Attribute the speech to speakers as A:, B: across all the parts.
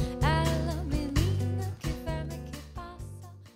A: 挺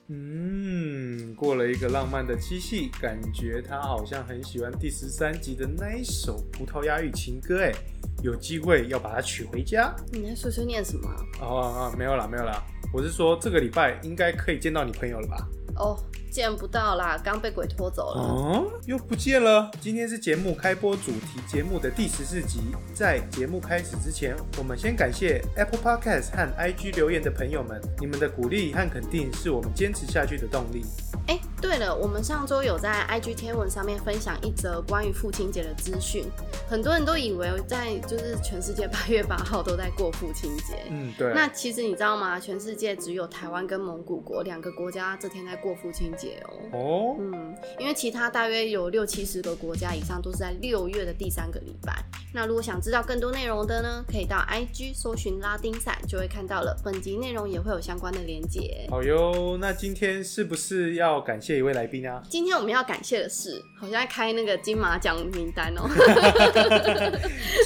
A: 嗯过了一个浪漫的七夕，感觉他好像很喜欢第十三集的那一首葡萄牙语情歌，哎，有机会要把它娶回家。
B: 你在碎碎念什么啊？
A: 哦啊，没有啦，没有啦，我是说这个礼拜应该可以见到你朋友了吧？
B: 哦，见不到啦，刚被鬼拖走了。
A: 哦，又不见了。今天是节目开播主题节目的第十四集。在节目开始之前，我们先感谢 Apple Podcast 和 IG 留言的朋友们，你们的鼓励和肯定是我们坚持下去的动力。
B: 哎、对了，我们上周有在 IG 贴文上面分享一则关于父亲节的资讯，很多人都以为在就是全世界八月八号都在过父亲节。
A: 嗯，对。
B: 那其实你知道吗？全世界只有台湾跟蒙古国两个国家这天在过父亲节哦。
A: 哦，
B: 嗯，因为其他大约有六七十个国家以上都是在六月的第三个礼拜。那如果想知道更多内容的呢，可以到 IG 搜寻拉丁赛就会看到了。本集内容也会有相关的连结。
A: 好哟。那今天是不是要感谢一位来 宾啊？
B: 今天我们要感谢的是，好像在开那个金马奖名单哦。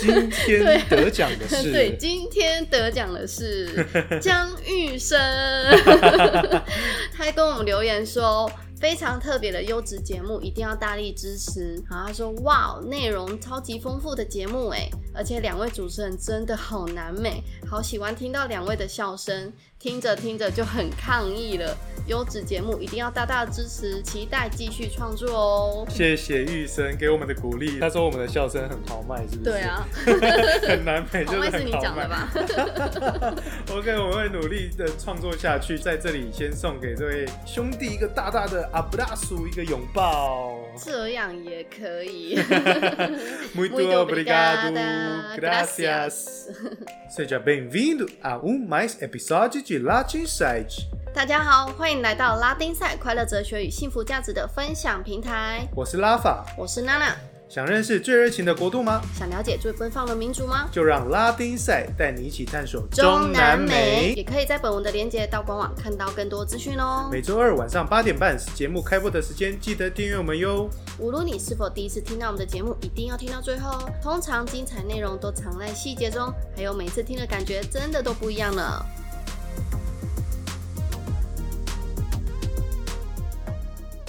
A: 今天得奖的是，
B: 对， 今天得奖的是江玉生，他还跟我们留言说。非常特别的优质节目，一定要大力支持。然后他说：“哇，内容超级丰富的节目哎，而且两位主持人真的好难美，好喜欢听到两位的笑声，听着听着就很抗议了。优质节目一定要大大支持，期待继续创作哦。”
A: 谢谢玉生给我们的鼓励。他说我们的笑声很豪迈，是不是？
B: 对，啊，
A: 很难美，
B: 好
A: 就是
B: 麦
A: 很
B: 是你
A: 豪
B: 讲
A: 迈
B: 的 吧？
A: OK，我会努力的创作下去，在这里先送给这位兄弟一个大大的阿布拉苏一个拥抱。
B: 这样也可以。
A: Muito
B: Muito
A: obrigado,
B: obrigada,
A: gracias. Seja bem-vindo a um mais episódio de Latin Site。
B: 大家好，欢迎来到拉丁赛快乐哲学与幸福价值的分享平台，
A: 我是拉法，
B: 我是娜娜。
A: 想认识最热情的国度吗？
B: 想了解最奔放的民族吗？
A: 就让拉丁赛带你一起探索
B: 也。可以在本文的连接到官网看到更多资讯哦。
A: 每周二晚上八点半是节目开播的时间，记得订阅我们哟。
B: 无论你是否第一次听到我们的节目，一定要听到最后哦。通常精彩内容都藏在细节中，还有每次听的感觉真的都不一样呢。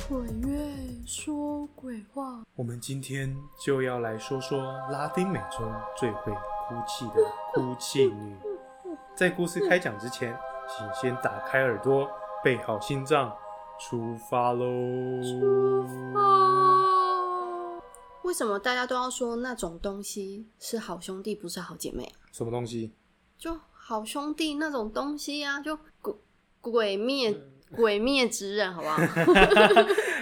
C: 鬼月说鬼话，
A: 我们今天就要来说说拉丁美洲最会哭泣的哭泣女。在故事开讲之前，请先打开耳朵，备好心脏，出发喽！出
B: 为什么大家都要说那种东西是好兄弟，不是好姐妹啊？
A: 什么东西？
B: 就好兄弟那种东西啊，就鬼鬼灭
A: 嗯
B: 鬼灭之 刃，好不好？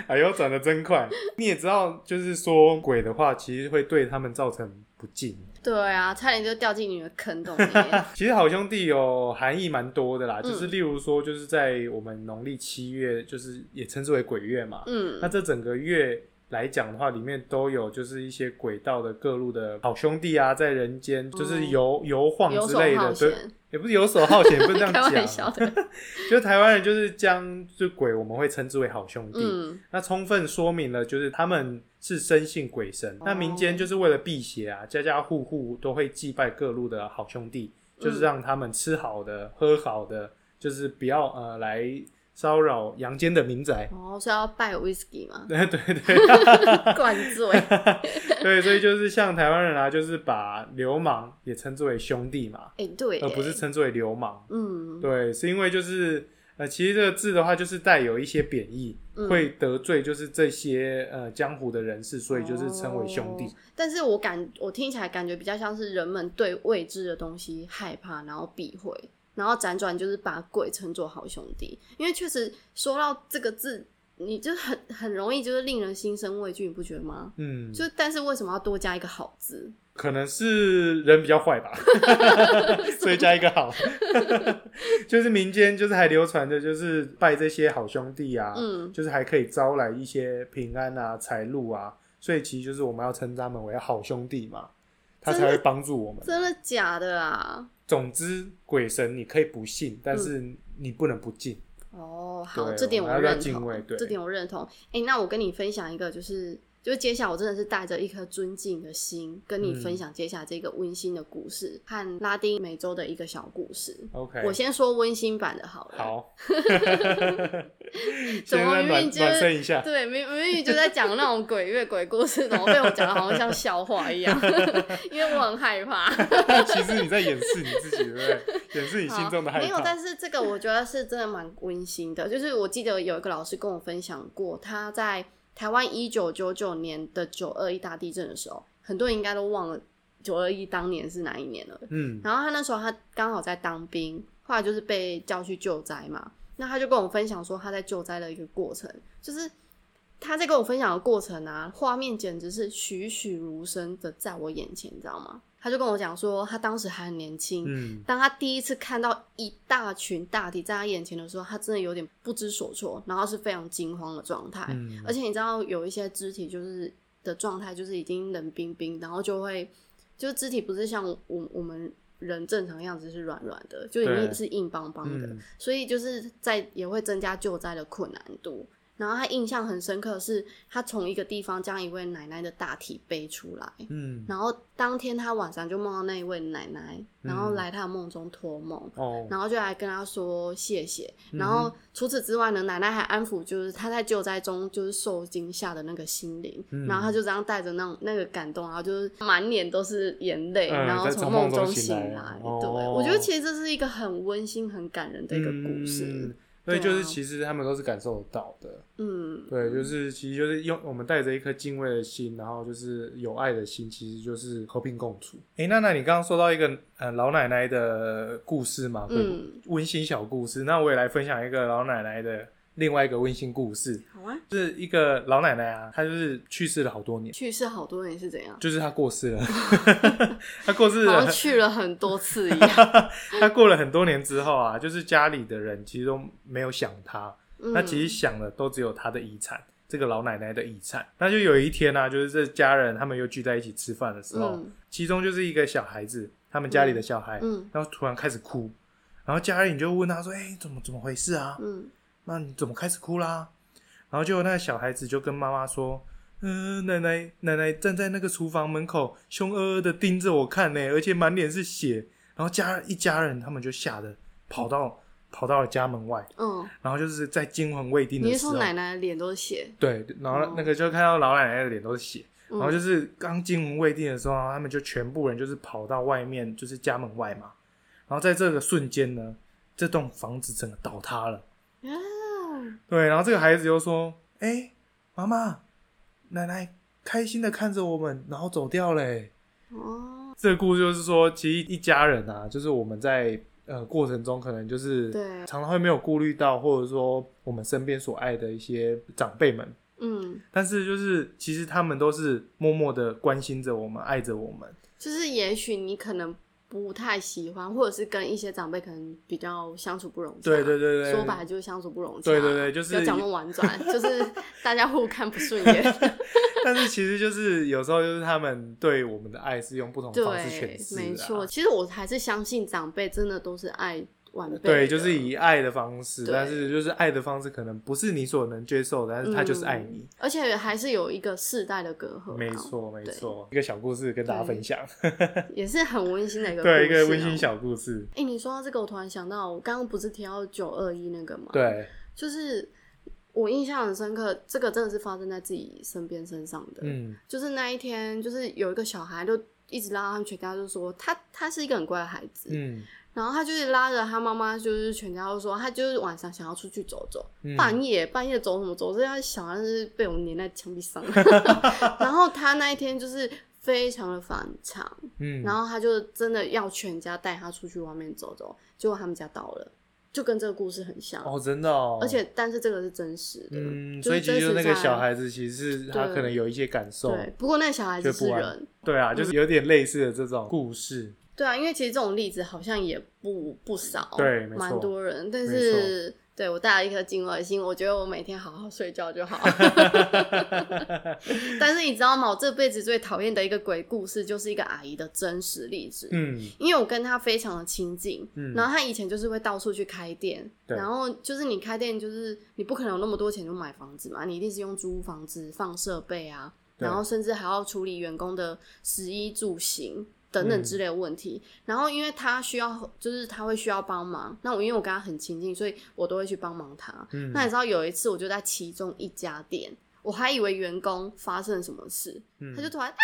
A: 哎呦，转的真快！你也知道，就是说鬼的话，其实会对他们造成不敬。
B: 对啊，差点就掉进你的坑洞里 面。
A: 其实好兄弟有含义蛮多的啦，就
B: 嗯
A: 是例如说，就是在我们农历七月，就是也称之为鬼月嘛。那
B: 嗯，
A: 这整个月来讲的话，里面都有就是一些轨道的各路的好兄弟啊，在人间就是游游晃
B: 嗯游
A: 之
B: 手
A: 类
B: 好
A: 的，对，
B: 闲，
A: 也不是游手好闲，不是这样
B: 开玩笑
A: 讲。啊
B: 的。
A: 就台湾人就是将就鬼，我们会称之为好兄弟。
B: 嗯，
A: 那充分说明了，就是他们是深信鬼
B: 哦
A: 神。那民间就是为了辟邪啊，家家户户都会祭拜各路的好兄弟，
B: 嗯
A: 就是让他们吃好的、喝好的，就是不要呃来骚扰阳间的民 宅。？
B: 哦，是要拜 whisky 吗
A: 对对对，
B: 灌 醉。哎
A: 对，所以就是像台湾人啊，就是把流氓也称之为兄弟嘛，
B: 哎，对耶，
A: 呃而不是称之为流氓。
B: 嗯，
A: 对，是因为就是呃，其实这个字的话，就是带有一些贬义，
B: 嗯
A: 会得罪就是这些呃江湖的人士，所以就是称为兄弟
B: 哦。但是我感我听起来感觉比较像是人们对未知的东西害怕，然后避讳，然后辗转就是把鬼称作好兄弟。因为确实说到这个字，你就很很容易就是令人心生畏惧，你不觉得吗？
A: 嗯，
B: 就但是为什么要多加一个好字？
A: 可能是人比较坏 吧， 所以加一个好。 就是民间就是还流传着，就是拜这些好兄弟啊，
B: 嗯，
A: 就是还可以招来一些平安啊、财路啊，所以其实就是我们要称他们为好兄弟嘛，他才
B: 真
A: 会
B: 的
A: 帮助我们。
B: 真的假的啊？
A: 总之，鬼神你可以不信，但是
B: 嗯
A: 你不能不敬。
B: 哦，好，
A: 对
B: 这点
A: 我们要
B: 认
A: 敬畏
B: 同
A: 对，
B: 这点我认同。哎、那我跟你分享一个，就是。就接下来我真的是带着一颗尊敬的心跟你
A: 嗯
B: 分享接下来这个温馨的故事和拉丁美洲的一个小故事。
A: OK，
B: 我先说温馨版的好了。
A: 好，
B: 怎
A: 现
B: 么
A: 在
B: 明
A: 暖
B: 明就
A: 暖身一 下，
B: 对，明明明就在讲那种鬼月鬼故事，怎么被我讲的好像像笑话 一样？ 因为我很害怕。
A: 其实你在掩饰你自己，对不对？掩饰你心中的害怕。
B: 没有，但是这个我觉得是真的蛮温馨的。就是我记得有一个老师跟我分享过，他在台湾一九九九年的九二一大地震的时候，很多人应该都忘了九二一当年是哪一年了。
A: 嗯
B: 然后他那时候他刚好在当兵，后来就是被叫去救灾嘛。那他就跟我分享说他在救灾的一个过程，就是他在跟我分享的过程啊，画面简直是栩栩如生的在我眼前，你知道吗？他就跟我讲说，他当时还很年轻，
A: 嗯，
B: 当他第一次看到一大群大体在他眼前的时候，他真的有点不知所措，然后是非常惊慌的状态。
A: 嗯
B: 而且你知道，有一些肢体就是的状态，就是已经冷冰冰，然后就会就是肢体不是像我我们人正常样子是软软的，就里
A: 对
B: 面是硬邦邦的。
A: 嗯
B: 所以就是在也会增加救灾的困难度。然后他印象很深刻的是，他从一个地方将一位奶奶的大体背出来，
A: 嗯，
B: 然后当天他晚上就梦到那一位奶奶，然
A: 嗯
B: 后来他的梦中托梦。
A: 哦，
B: 然后就来跟他说谢谢，
A: 嗯
B: 然后除此之外呢，奶奶还安抚就是他在救灾中就是受惊吓的那个心灵，
A: 嗯
B: 然后他就这样带着那种那个感动，然后就是满脸都是眼泪，
A: 嗯
B: 然后
A: 在
B: 从
A: 从
B: 梦
A: 梦中醒
B: 醒
A: 来哦
B: 对，我觉得其实这是一个很温馨、很感人的一个故
A: 嗯
B: 事。。
A: 所以
B: 对啊
A: 就是，其实他们都是感受得到的，
B: 嗯，
A: 对，就是其实就是用我们带着一颗敬畏的心，然后就是有爱的心，其实就是和平共处。诶，娜娜，你刚刚说到一个呃老奶奶的故事嘛，会
B: 嗯
A: 温馨小故事，那我也来分享一个老奶奶的另外一个温馨故事，
B: 好啊。
A: 是一个老奶奶啊，她就是去世了好多年，
B: 去世好多人是怎样？
A: 就是她过世 了，她过世
B: 好
A: 了
B: 像，去了很多次一样。
A: 她过了很多年之后啊，就是家里的人其实都没有想她，
B: 嗯
A: 那其实想的都只有她的遗产，这个老奶奶的遗产。那就有一天呢、啊，就是这家人他们又聚在一起吃饭的时候，
B: 嗯
A: 其中就是一个小孩子，他们家里的小孩，
B: 嗯
A: 然后突然开始哭，然后家人就问他说：“哎、怎么怎么回事啊？
B: 嗯
A: 那你怎么开始哭啦？”然后就那个小孩子就跟妈妈说。嗯、奶奶，奶奶站在那个厨房门口，凶恶恶的盯着我看呢、而且满脸是血。然后家一家人他们就吓得跑到跑到了家门外，
B: 嗯，
A: 然后就是在惊魂未定的
B: 你是
A: 时候，
B: 说奶奶的脸都是血？
A: 对，然后
B: 哦
A: 那个就看到老奶奶的脸都是血，
B: 嗯
A: 然后就是刚惊魂未定的时候，然后他们就全部人就是跑到外面，就是家门外嘛。然后在这个瞬间呢，这栋房子整个倒塌了。
B: 啊
A: 对，然后这个孩子又说：“哎、妈妈，奶奶开心的看着我们，然后走掉嘞、
B: 哦，
A: 这个故事就是说，其实一家人啊，就是我们在呃过程中，可能就是
B: 对
A: 常常会没有顾虑到，或者说我们身边所爱的一些长辈们，
B: 嗯，
A: 但是就是其实他们都是默默的关心着我们，爱着我们。
B: 就是也许你可能不太喜欢，或者是跟一些长辈可能比较相处不融洽。
A: 对对对对，
B: 说白了就是相处不融洽。
A: 对对对就是
B: 不要讲那么婉转，就是大家互看不 顺眼。
A: 但是其实就是有时候就是他们对我们的爱是用不同的方式诠
B: 对，
A: 释、啊，
B: 没错。，其实我还是相信长辈真的都是爱晚辈的。
A: 对，就是以爱的方式，
B: 对
A: 但是就是爱的方式可能不是你所能接受的，但是他就是爱你。
B: 嗯而且还是有一个世代的隔阂啊。
A: 没错，没
B: 对
A: 错，一个小故事跟大家
B: 对
A: 分 享，
B: 也是很温馨的一个
A: 对，一
B: 故事
A: 个
B: 哦
A: 温馨。小故事，
B: 哎、你说到这个，我突然想到，我刚刚不是提到九二一那个吗？，
A: 对，
B: 就是我印象很深刻，这个真的是发生在自己身边身上的。
A: 嗯
B: 就是那一天，就是有一个小孩就一直拉他们全家，就说他他是一个很乖的孩子，
A: 嗯，
B: 然后他就是拉着他妈妈，就是全家都说他就是晚上想要出去走走，
A: 嗯
B: 半夜半夜走什么走？这样小孩是被我们粘在墙 壁上，然后他那一天就是非常的反常，
A: 嗯，
B: 然后他就真的要全家带他出去外面走走，结果他们家到了，就跟这个故事很像，
A: 哦，真的哦，
B: 而且但是这个是真实的，
A: 嗯，
B: 就
A: 所以
B: 是
A: 其
B: 真
A: 实就
B: 实
A: 那个
B: 在
A: 小。孩子，其实是他
B: 对
A: 可能有一些感受，
B: 对，不过那个小孩子
A: 却
B: 是
A: 不安
B: 人，
A: 对啊，就是有点类似的这种故事，
B: 对啊，因为其实这种例子好像也不不少，
A: 对没错
B: 哦蛮多人。但
A: 没
B: 是对我带了一颗敬畏的心，我觉得我每天好好睡觉 就好。但是你知道吗？我这辈子最讨厌的一个鬼故事，就是一个阿姨的真实例子。
A: 嗯
B: 因为我跟她非常的亲近，
A: 嗯
B: 然后她以前就是会到处去开店，
A: 对
B: 然后就是你开店，就是你不可能有那么多钱就买房子嘛，你一定是用租房子放设备啊，
A: 对
B: 然后甚至还要处理员工的食衣住行等等
A: 嗯
B: 之类的问题。然后因为他需要，就是他会需要帮忙，那我因为我跟他很亲近，所以我都会去帮忙他。
A: 嗯，
B: 那你知道有一次我就在其中一家店，我还以为员工发生了什么事，
A: 嗯
B: 他就哦突然啊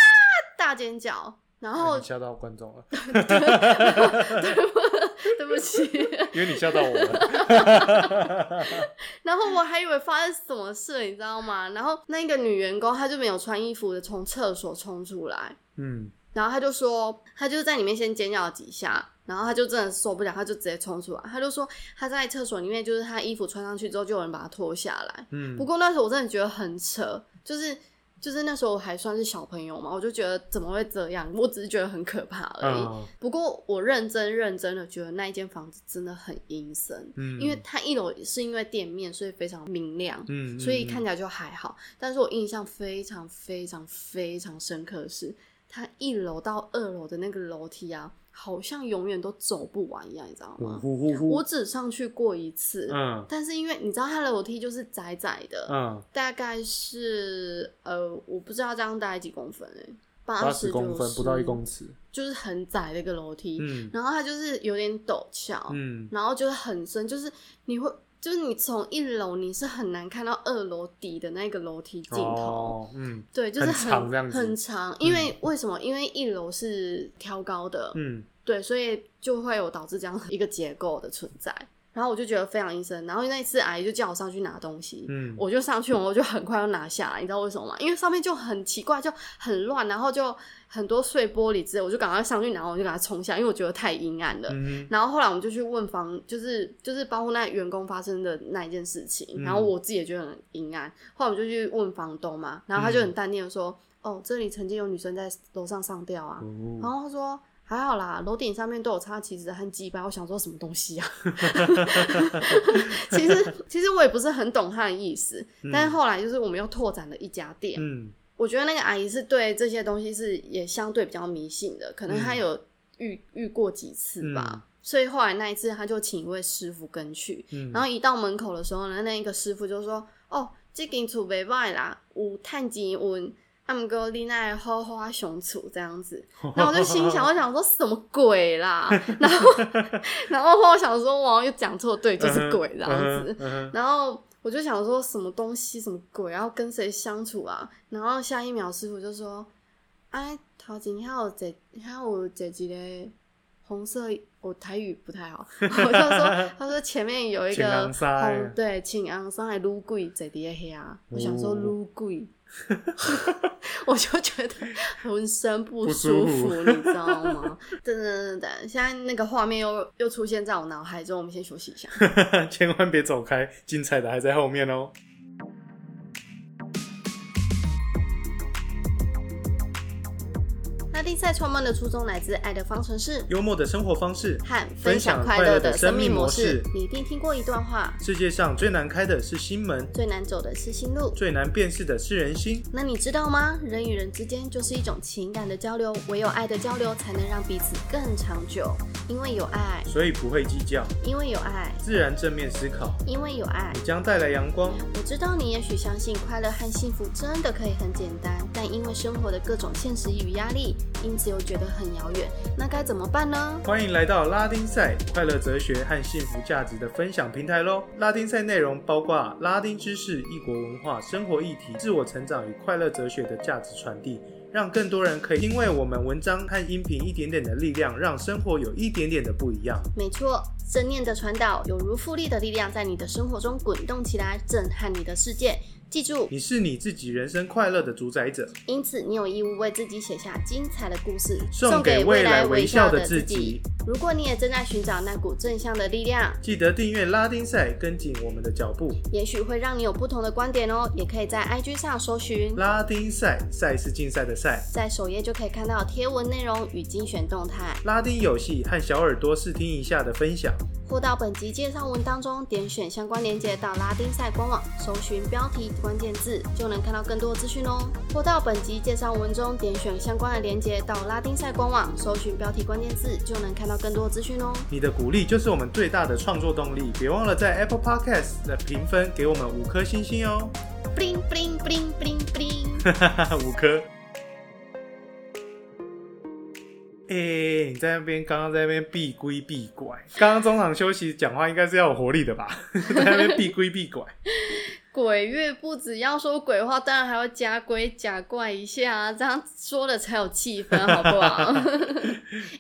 B: 大尖叫，然
A: 哎
B: 后
A: 你吓到观众了，
B: 对不起。
A: 因为你吓到我 了。
B: 然后我还以为发生什么事，你知道吗？然后那个女员工她就没有穿衣服的从厕所冲出来，
A: 嗯，
B: 然后她就说，她就是在里面先尖叫了几下，然后她就真的受不了，她就直接冲出来，她就说她在厕所里面，就是她衣服穿上去之后，就有人把她脱下来。
A: 嗯，
B: 不过那时候我真的觉得很扯，就是。就是那时候我还算是小朋友嘛，我就觉得怎么会这样？我只是觉得很可怕而已。
A: 嗯
B: 不过我认真认真的觉得那一间房子真的很阴森，
A: 嗯，
B: 因为它一楼是因为店面，所以非常明亮，
A: 嗯，嗯
B: 所以看起来就还好。但是我印象非常非常非常深刻的是，它一楼到二楼的那个楼梯啊，好像永远都走不完一样，你知道
A: 呼
B: 吗？
A: 呼呼
B: 我
A: 呼，
B: 只上去过一次，
A: 嗯
B: 但是因为你知道它的楼梯就是窄窄的，
A: 嗯，
B: 大概是呃，我不知道这样大概几公分哎、欸，八
A: 八十公分不到一公，尺，
B: 就是很窄的一个楼梯，
A: 嗯
B: 然后它就是有点陡峭，
A: 嗯
B: 然后就是很深，就是你会，就是你从一楼你是很难看到二楼底的那个楼梯尽头。
A: 哦，嗯
B: 对，就是
A: 很长这样子
B: 很长，因为为什么？因为一楼是挑高的，
A: 嗯
B: 对，所以就会有导致这样一个结构的存在。然后我就觉得非常阴森。然后那一次阿姨就叫我上去拿东西，
A: 嗯，
B: 我就上去，我就很快要拿下来，你知道为什么吗？因为上面就很奇怪，就很乱，然后就很多碎玻璃之类，我就赶快上去拿，我就给它冲下，因为我觉得太阴暗了。
A: 嗯
B: 然后后来我们就去问房，就是就是包括那员工发生的那一件事情，
A: 嗯
B: 然后我自己也觉得很阴暗。后来我们就去问房东嘛，然后他就很淡定的说：“哦，这里曾经有女生在楼上上吊啊。
A: 哼，
B: 然
A: 哦
B: 后他说。还好啦，楼顶上面都有插旗子和鸡巴。我想说什么东西啊？ 其实其实我也不是很懂他的意思，但是后来就是我们又拓展了一家店，
A: 嗯
B: 我觉得那个阿姨是对这些东西是也相对比较迷信的，可能她有遇、遇过几次吧，
A: 嗯
B: 所以后来那一次她就请一位师傅跟去，
A: 嗯，
B: 然后一到门口的时候呢，那一个师傅就说：“哦，这间厝袂歹啦，有趁钱有啊，毋过你那好好啊相处这 样子。”然后我就心
A: 嗯
B: 想，我想说什么鬼啦？然后 然后后来我想说，哇，又讲错，对，就是鬼这样子。
A: 嗯哼，
B: 然后我就想说什么东西什么鬼，然后跟谁相处啊？然后下一秒师傅就说：“哎，头前还有这还有这几个红色，我台语不太好。” 我就说：“他说前面有一
A: 请
B: 个
A: 昂塞
B: 红对，请昂上海撸鬼在底下黑啊。”我想说
A: 哦
B: 撸 鬼。我就觉得浑身不舒
A: 不舒
B: 服，
A: 服
B: 你知道吗？ 等等等等，现在那个画面又又出现在我脑海中，我们先休息一下。
A: 嗯 千万别走开，精彩的还在后面哦。
B: 拉丁赛创办的初衷来自爱的方程式
A: 幽默的生活方式，
B: 和分享快乐的生命模式。你一定听过一段话：
A: 世界上最难开的是心门，
B: 最难走的是心路。
A: 最难辨识的是人心。
B: 那你知道吗？人与人之间就是一种情感的交流，唯有爱的交流才能让彼此更长久。因为有爱，
A: 所以不会计较，
B: 因为有爱，
A: 自然正面思考，
B: 因为有爱
A: 你。将带来阳光。
B: 我知道你也许相信快乐和幸福真的可以很简单，但因为生活的各种现实与压力，因此又觉得很遥远。那该怎么办呢？
A: 欢迎来到拉丁赛快乐哲学和幸福价值的分享平台喽！拉丁赛内容包括拉丁知识、异国文化、生活议题、自我成长与快乐哲学的价值传递，让更多人可以因为我们文章和音频一点点的力量，让生活有一点点的不一样。
B: 没错，正念的传导有如复利的力量，在你的生活中滚动起来，震撼你的世界。记住，
A: 你是你自己人生快乐的主宰者。
B: 因此你有义务为自己写下精彩的故事，
A: 送给未来微笑的自己。
B: 如果你也正在寻找那股正向的力量，
A: 记得订阅拉丁赛，跟紧我们的脚步。
B: 也许会让你有不同的观点哦。也可以在 IG 上搜寻，
A: 拉丁赛，赛是竞赛的赛。
B: 在首页就可以看到贴文内容与精选动态，
A: 拉丁游戏和小耳朵试听一下的分享。
B: 或到本集介绍文当中点选相关链接到拉丁赛官网，搜寻标题关键字就能看到更多资讯哦。或到本集介绍文中点选相关的链接到拉丁赛官网，搜寻标题关键字就能看到更多资讯 哦。
A: 你的鼓励就是我们最大的创作动力，别忘了在 Apple Podcast 的评分给我们五颗星星哦。
B: bling bling bling bling bling。
A: 五颗。哎、你在那边刚刚在那边避归避拐，刚刚中场休息讲话应该是要有活力的吧？ 在那边避归避拐，
B: 鬼月不只要说鬼话，当然还要加鬼假怪一下、啊，这样说了才有气氛，好不 好？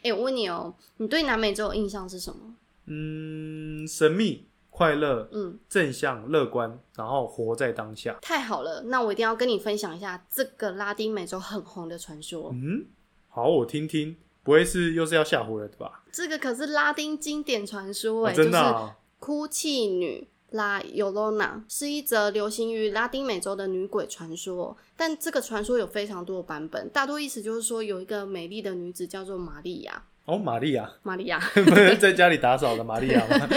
B: 哎、我问你哦，你对南美洲的印象是什么？
A: 嗯，神秘、快乐、
B: 嗯，
A: 正向、乐观，然后活在当下。
B: 太好了，那我一定要跟你分享一下这个拉丁美洲很红的传说。
A: 嗯，好，我听听，不会是又是要吓唬人的吧？
B: 这个可是拉丁经典传说
A: 啊
B: 哎、
A: 真的
B: 就是
A: 啊、
B: 哭泣女拉尤罗娜是一则流行于拉丁美洲的女鬼传说，但这个传说有非常多的版本，大多意思就是说有一个美丽的女子叫做玛利亚，
A: 哦，玛利亚，
B: 玛利亚，
A: 不是在家里打扫的玛利亚吗？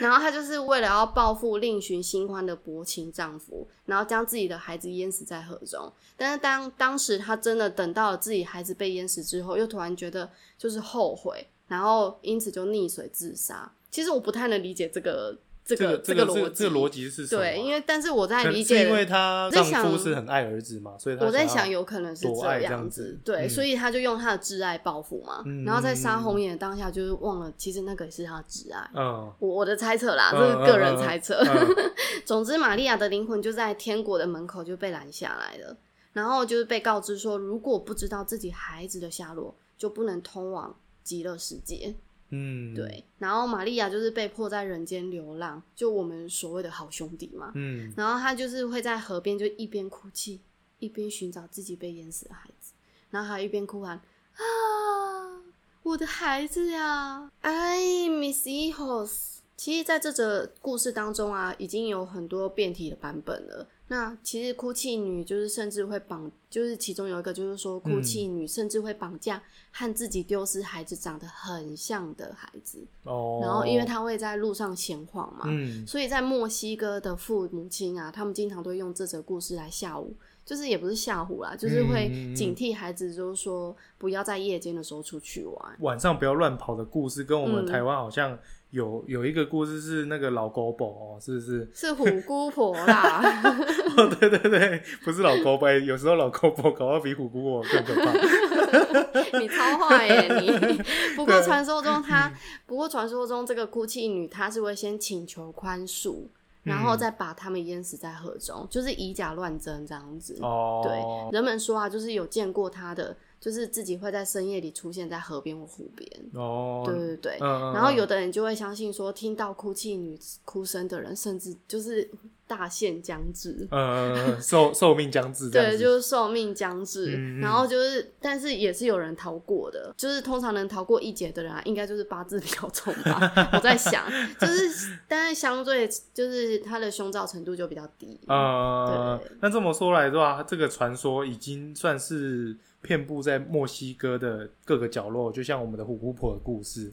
B: 然后她就是为了要报复另寻新欢的薄情丈夫，然后将自己的孩子淹死在河中。但是当当时她真的等到了自己孩子被淹死之后，又突然觉得就是后悔，然后因此就溺水自杀。其实我不太能理解这个这
A: 这
B: 个
A: 个这个
B: 逻辑，
A: 这个逻辑是什么啊？
B: 对，因为但是我在
A: 可能
B: 理
A: 是
B: 解，
A: 因为她
B: 在
A: 丈
B: 想
A: 夫是很爱儿子嘛，所以她
B: 我在
A: 要
B: 想有可能是
A: 多爱这
B: 样
A: 样子
B: 对，
A: 嗯
B: 所以他就用他的挚爱报复嘛，
A: 嗯
B: 然后在杀红眼的当下就是忘了，其实那个也是他的挚爱。
A: 嗯，
B: 我我的猜测啦，
A: 嗯
B: 这是个人猜测。
A: 嗯
B: 总之，玛利亚的灵魂就在天国的门口就被拦下来了，然后就是被告知说，如果不知道自己孩子的下落，就不能通往极乐世界。
A: 嗯，
B: 对，然后玛利亚就是被迫在人间流浪，就我们所谓的好兄弟嘛。
A: 嗯，
B: 然后他就是会在河边就一边哭泣，一边寻找自己被淹死的孩子，然后还一边哭喊啊，我的孩子呀！哎，Miss Hijos。其实，在这则故事当中啊，已经有很多变体的版本了。那其实哭泣女就是甚至会绑，就是其中有一个就是说，哭泣女甚至会绑架和自己丢失孩子长得很像的孩子，
A: 哦，
B: 然后因为她会在路上闲晃嘛，
A: 嗯
B: 所以在墨西哥的父母亲啊，他们经常都会用这则故事来吓唬，就是也不是吓唬啦，就是会
A: 嗯
B: 警惕孩子，就是说不要在夜间的时候出去玩。
A: 晚上不要乱跑的故事，跟我们
B: 嗯
A: 台湾好像有、有一个故事是那个老狗宝哦，是不是？
B: 是虎姑婆 啦，
A: 哦，对对对，不是老狗宝，哎有时候老狗宝搞到比虎姑婆更可怕。
B: 你超坏耶、 你！不过传说中她，不过传说中这个哭泣女，她是会先请求宽恕，然后
A: 嗯
B: 再把他们淹死在河中，就是以假乱真这样子。
A: 哦，
B: 对，人们说啊，就是有见过她的，就是自己会在深夜里出现在河边或湖边。
A: 对，哦，
B: 对对对，
A: 嗯，
B: 然后有
A: 嗯
B: 的人就会相信说，听到哭泣女哭声的人，甚至就是大限将至，
A: 呃寿寿命将至这样
B: 对，
A: 子，
B: 就是寿命将至。
A: 嗯嗯
B: 然后就是，但是也是有人逃过的，就是通常能逃过一劫的人啊，应该就是八字比较重 吧。我在想，就是但是相对就是他的胸罩程度就比较低。
A: 呃
B: 嗯对，
A: 那这么说来的话，这个传说已经算是遍布在墨西哥的各个角落，就像我们的虎姑婆的故 事，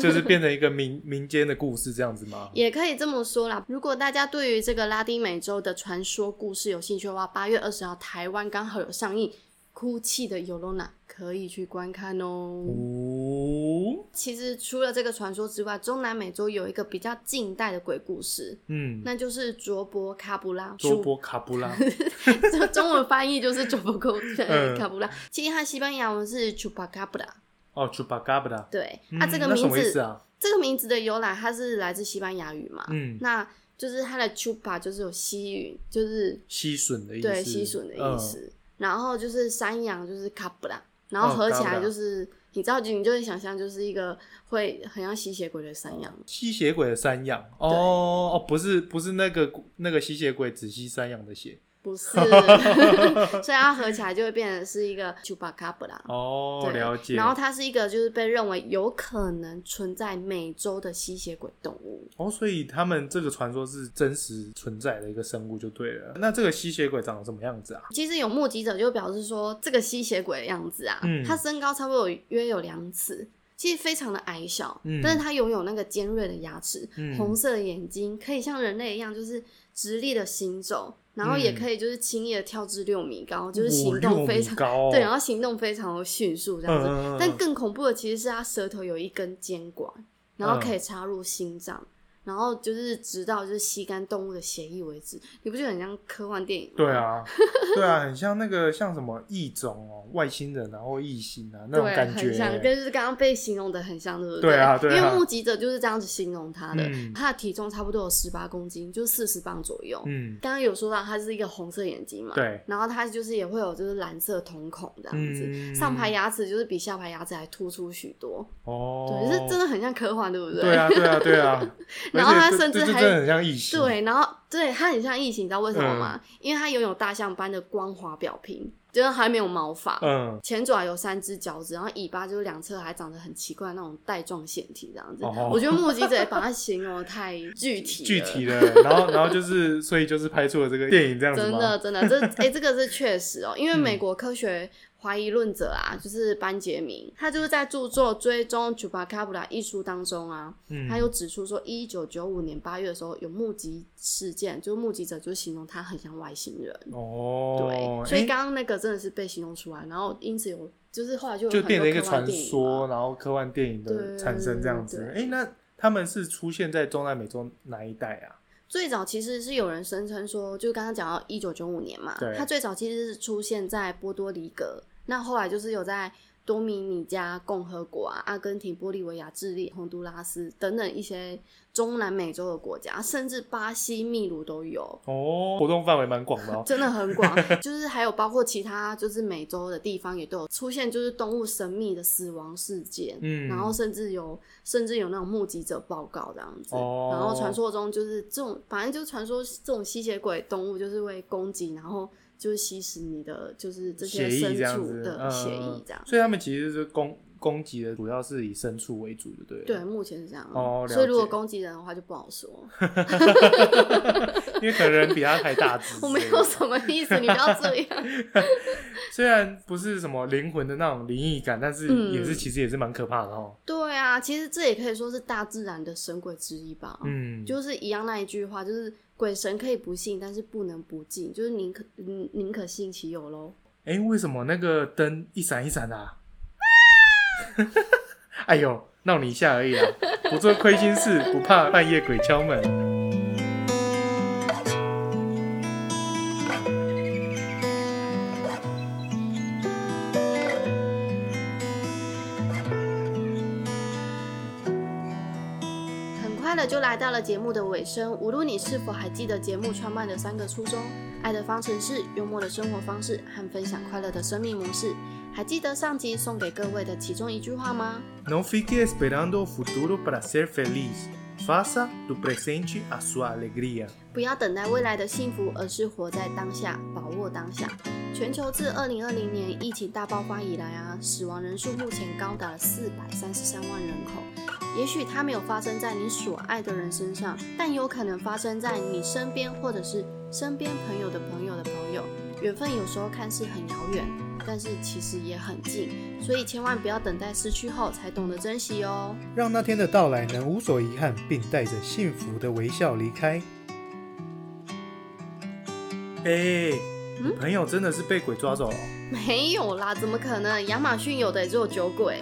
A: 就是变成一个民民间的故事这样子吗？
B: 也可以这么说啦。如果大家对于这个拉丁美洲的传说故事有兴趣的话，八月二十号台湾刚好有上映《哭泣的尤罗娜》，可以去观看哦。
A: 嗯哦，
B: 其实除了这个传说之外，中南美洲有一个比较近代的鬼故事，
A: 嗯，
B: 那就是卓博卡布拉。
A: 卓 波卡布拉，
B: 中中文翻译就是卓博
A: 嗯
B: 卡布拉，其实它西班牙文是 chupacabra。
A: 哦，朱巴嘎布拉，
B: 对，
A: 嗯
B: 啊，这个
A: 那什
B: 名
A: 么意思
B: 字，
A: 啊？
B: 这个名字的由来，它是来自西班牙语嘛？
A: 嗯，
B: 那就是它的 chupa 就是有吸吮，就是
A: 吸吮的意思，
B: 对吸吮的意
A: 嗯。
B: 思。然后就是山羊就是卡布拉，然后
A: 哦
B: 合起来
A: cabra
B: 就是、你知道，你就会想象就是一个会很像吸血鬼的山羊。
A: 嗯吸血鬼的山羊哦哦，不是不是那个那个吸血鬼只吸山羊的血
B: 不是，所以它合起来就会变成是一个 chupacabra。
A: 哦，
B: 对啊
A: 了解。
B: 然后它是一个就是被认为有可能存在美洲的吸血鬼动物。
A: 哦，所以他们这个传说是真实存在的一个生物就对了。那这个吸血鬼长得什么样子啊？
B: 其实有目击者就表示说，这个吸血鬼的样子啊，
A: 嗯
B: 它身高差不多有约有两尺，其实非常的矮小，
A: 嗯
B: 但是它拥有那个尖锐的牙齿，
A: 嗯
B: 红色的眼睛，可以像人类一样就是直立的行走，然后也
A: 嗯
B: 可以就是轻易的跳至六米高，就是
A: 五
B: 行
A: 六
B: 动
A: 米
B: 非常
A: 高哦、
B: 对，然后行动非常的迅速这样子。
A: 嗯嗯嗯
B: 但更恐怖的其实是他舌头有一根尖管，然后可以插入心脏，然后就是直到就是吸干动物的血液为止。你不觉得很像科幻电影吗？
A: 对，啊，对啊，很像那个像什么异种哦，外星人啊或异星啊那种
B: 对，
A: 感觉
B: 很像，
A: 欸。
B: 跟就是刚刚被形容的很像，对不
A: 对啊对啊
B: 因为目击者就是这样子形容他的，
A: 嗯
B: 他的体重差不多有十八公斤，就四十磅左右。
A: 嗯，
B: 刚刚有说到他是一个红色眼睛嘛，
A: 对，
B: 然后他就是也会有就是蓝色瞳孔这样子，
A: 嗯
B: 上排牙齿就是比下排牙齿还突出许多，
A: 哦，
B: 对，是真的很像科幻，对不对？
A: 对啊，对啊，对啊。
B: 然后
A: 而且
B: 他
A: 这
B: 甚至
A: 这这
B: 还
A: 真的很像异形，，
B: 对，然后对它很像异形，你知道为什
A: 嗯
B: 么吗？因为它拥有大象般的光滑表皮，就是还没有毛发，
A: 嗯，
B: 前爪有三只脚趾，然后尾巴就是两侧还长得很奇怪的那种带状腺体这样子。
A: 哦
B: 我觉得目击者也把它形容的太具体 了
A: 具体的，然后然后就是，所以就是拍出了这个电影这样子
B: 真
A: 吗？嗯
B: 的，真的，这哎、这个是确实哦、因为美国科学怀疑论者啊，就是班杰明，他就是在著作《追踪 Chupacabra》一书当中啊，
A: 嗯，
B: 他又指出说，一九九五年八月的时候有目击事件，就是目击者就形容他很像外星人，
A: 哦，
B: 对，所以
A: 诶
B: 刚刚那个真的是被形容出来，然后因此有就是后来就有
A: 就
B: 很多
A: 变成一个
B: 科幻
A: 传
B: 电影嘛
A: 说，然后科幻电影的产生这样子。
B: 对
A: 哎、那他们是出现在中南美洲哪一带啊？
B: 最早其实是有人声称说，就刚刚讲到一九九五年嘛
A: 对，
B: 它最早其实是出现在波多黎各，那后来就是有在多米尼加共和国啊、阿根廷、玻利维亚、智利、洪都拉斯等等一些中南美洲的国家，甚至巴西、秘鲁都有。
A: 哦，活动范围蛮广的哦。
B: 真的很广，就是还有包括其他就是美洲的地方也都有出现，就是动物神秘的死亡事件，
A: 嗯
B: 然后甚至有甚至有那种目击者报告这样子，
A: 哦
B: 然后传说中就是这种，反正就是传说这种吸血鬼动物就是会攻击，然后就是吸食你的就是这些
A: 协议
B: 牲
A: 这样
B: 畜
A: 子，
B: 的血
A: 嗯
B: 液这样，
A: 所以他们其实是攻攻击的主要是以牲畜为主，对不对？
B: 对，，目前是这样，
A: 哦了解
B: 所以如果攻击人的话就不好 说，。
A: 因为可能人比他还大只
B: 我没
A: 所
B: 有
A: 以
B: 什么意思，你不要这样。
A: 虽然不是什么灵魂的那种灵异感，但是
B: 嗯
A: 也是、其实也是蛮可怕的哦。
B: 对啊，其实这也可以说是大自然的神鬼之一吧，
A: 嗯，
B: 就是一样那一句话，就是鬼神可以不信，但是不能不敬，就是宁可宁宁可信其有喽。
A: 哎、为什么那个灯一闪一闪的、啊？ 哎呦，闹你一下而已啦，不做亏心事，不怕半夜鬼敲门。
B: 很快的就来到了节目的尾声，无论你是否还记得节目创办的三个初衷：爱的方程式、幽默的生活方式和分享快乐的生命模式。还记得上集送给各位的其中一句话吗？
A: No fique esperando futuro para ser feliz. Faça do presente a sua alegria.
B: 不要等待未来的幸福，而是活在当下，把握当下。全球自2020年疫情大爆发以来啊，死亡人数目前高达四百三十三万人口。也许它没有发生在你所爱的人身上，但有可能发生在你身边，或者是身边朋友的朋友的朋友。缘分有时候看似很遥远，但是其实也很近，所以千万不要等待失去后才懂得珍惜哦。
A: 让那天的到来能无所遗憾，并带着幸福的微笑离开。哎、你朋友真的是被鬼抓走了哦、
B: 没有啦，怎么可能？亚马逊有的也只有酒 鬼。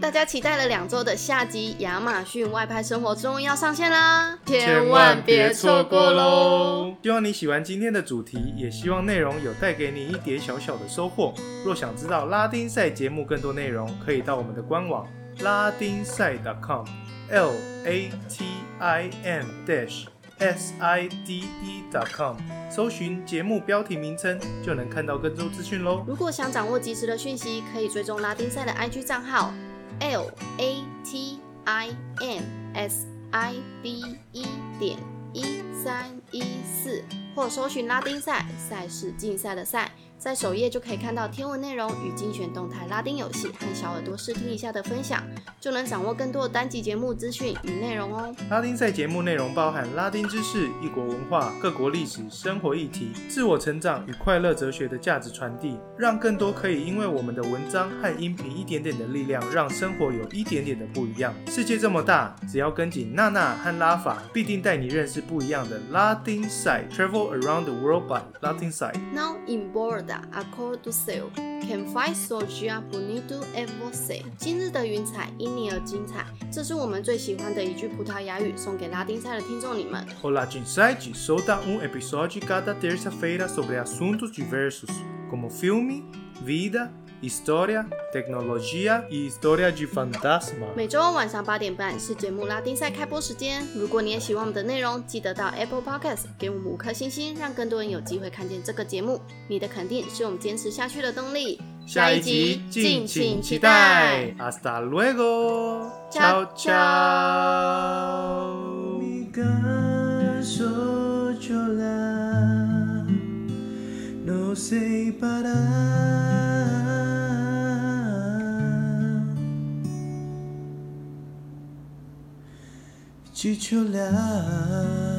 B: 大家期待了两周的下集《亚马逊外拍生活》终于要上线啦，千万别错过喽！！
A: 希望你喜欢今天的主题，也希望内容有带给你一点小小的收获。若想知道拉丁赛节目更多内容，可以到我们的官网拉丁赛 .com l a t i n dash s i d e .com 搜寻节目标题名称，就能看到更多资讯喽。
B: 如果想掌握及时的讯息，可以追踪拉丁赛的 IG 账号 L A T I N S I D E 点一三一四，或搜寻拉丁赛赛事竞赛的赛，在首页就可以看到天文内容与精选动态拉丁游戏和小耳朵试听一下的分享，就能掌握更多的单集节目资讯与内容哦。
A: 拉丁赛节目内容包含拉丁知识、异国文化、各国历史、生活议题、自我成长与快乐哲学的价值传递，让更多可以因为我们的文章和音频一点点的力量，让生活有一点点的不一样。世界这么大，只要跟紧娜娜和拉法，必定带你认识不一样的拉丁赛。Travel around the world by 拉丁赛。
B: Now in board da a cor do céu, can faz surgir bonito é você。今日的云彩因你而精彩，这是我们最喜欢的一句葡萄牙语，送给拉丁赛的听众你们。
A: Olá, Jin Site! Solta um episódio cada terça-feira sobre assuntos diversos, como filme, vida, história, tecnologia e história de fantasma.
B: 每周晚上八点半是节目拉丁赛开播时间。如果你也喜欢我们的内容，记得到 Apple Podcast 给我们五颗星星，让更多人有机会看见这个节目。你的肯定是我们坚持下去的动力。
A: 下一集敬请期待。。Hasta luego. Ciao
B: Ciao, ciao.
A: ciao.
D: no sei parar de te olhar.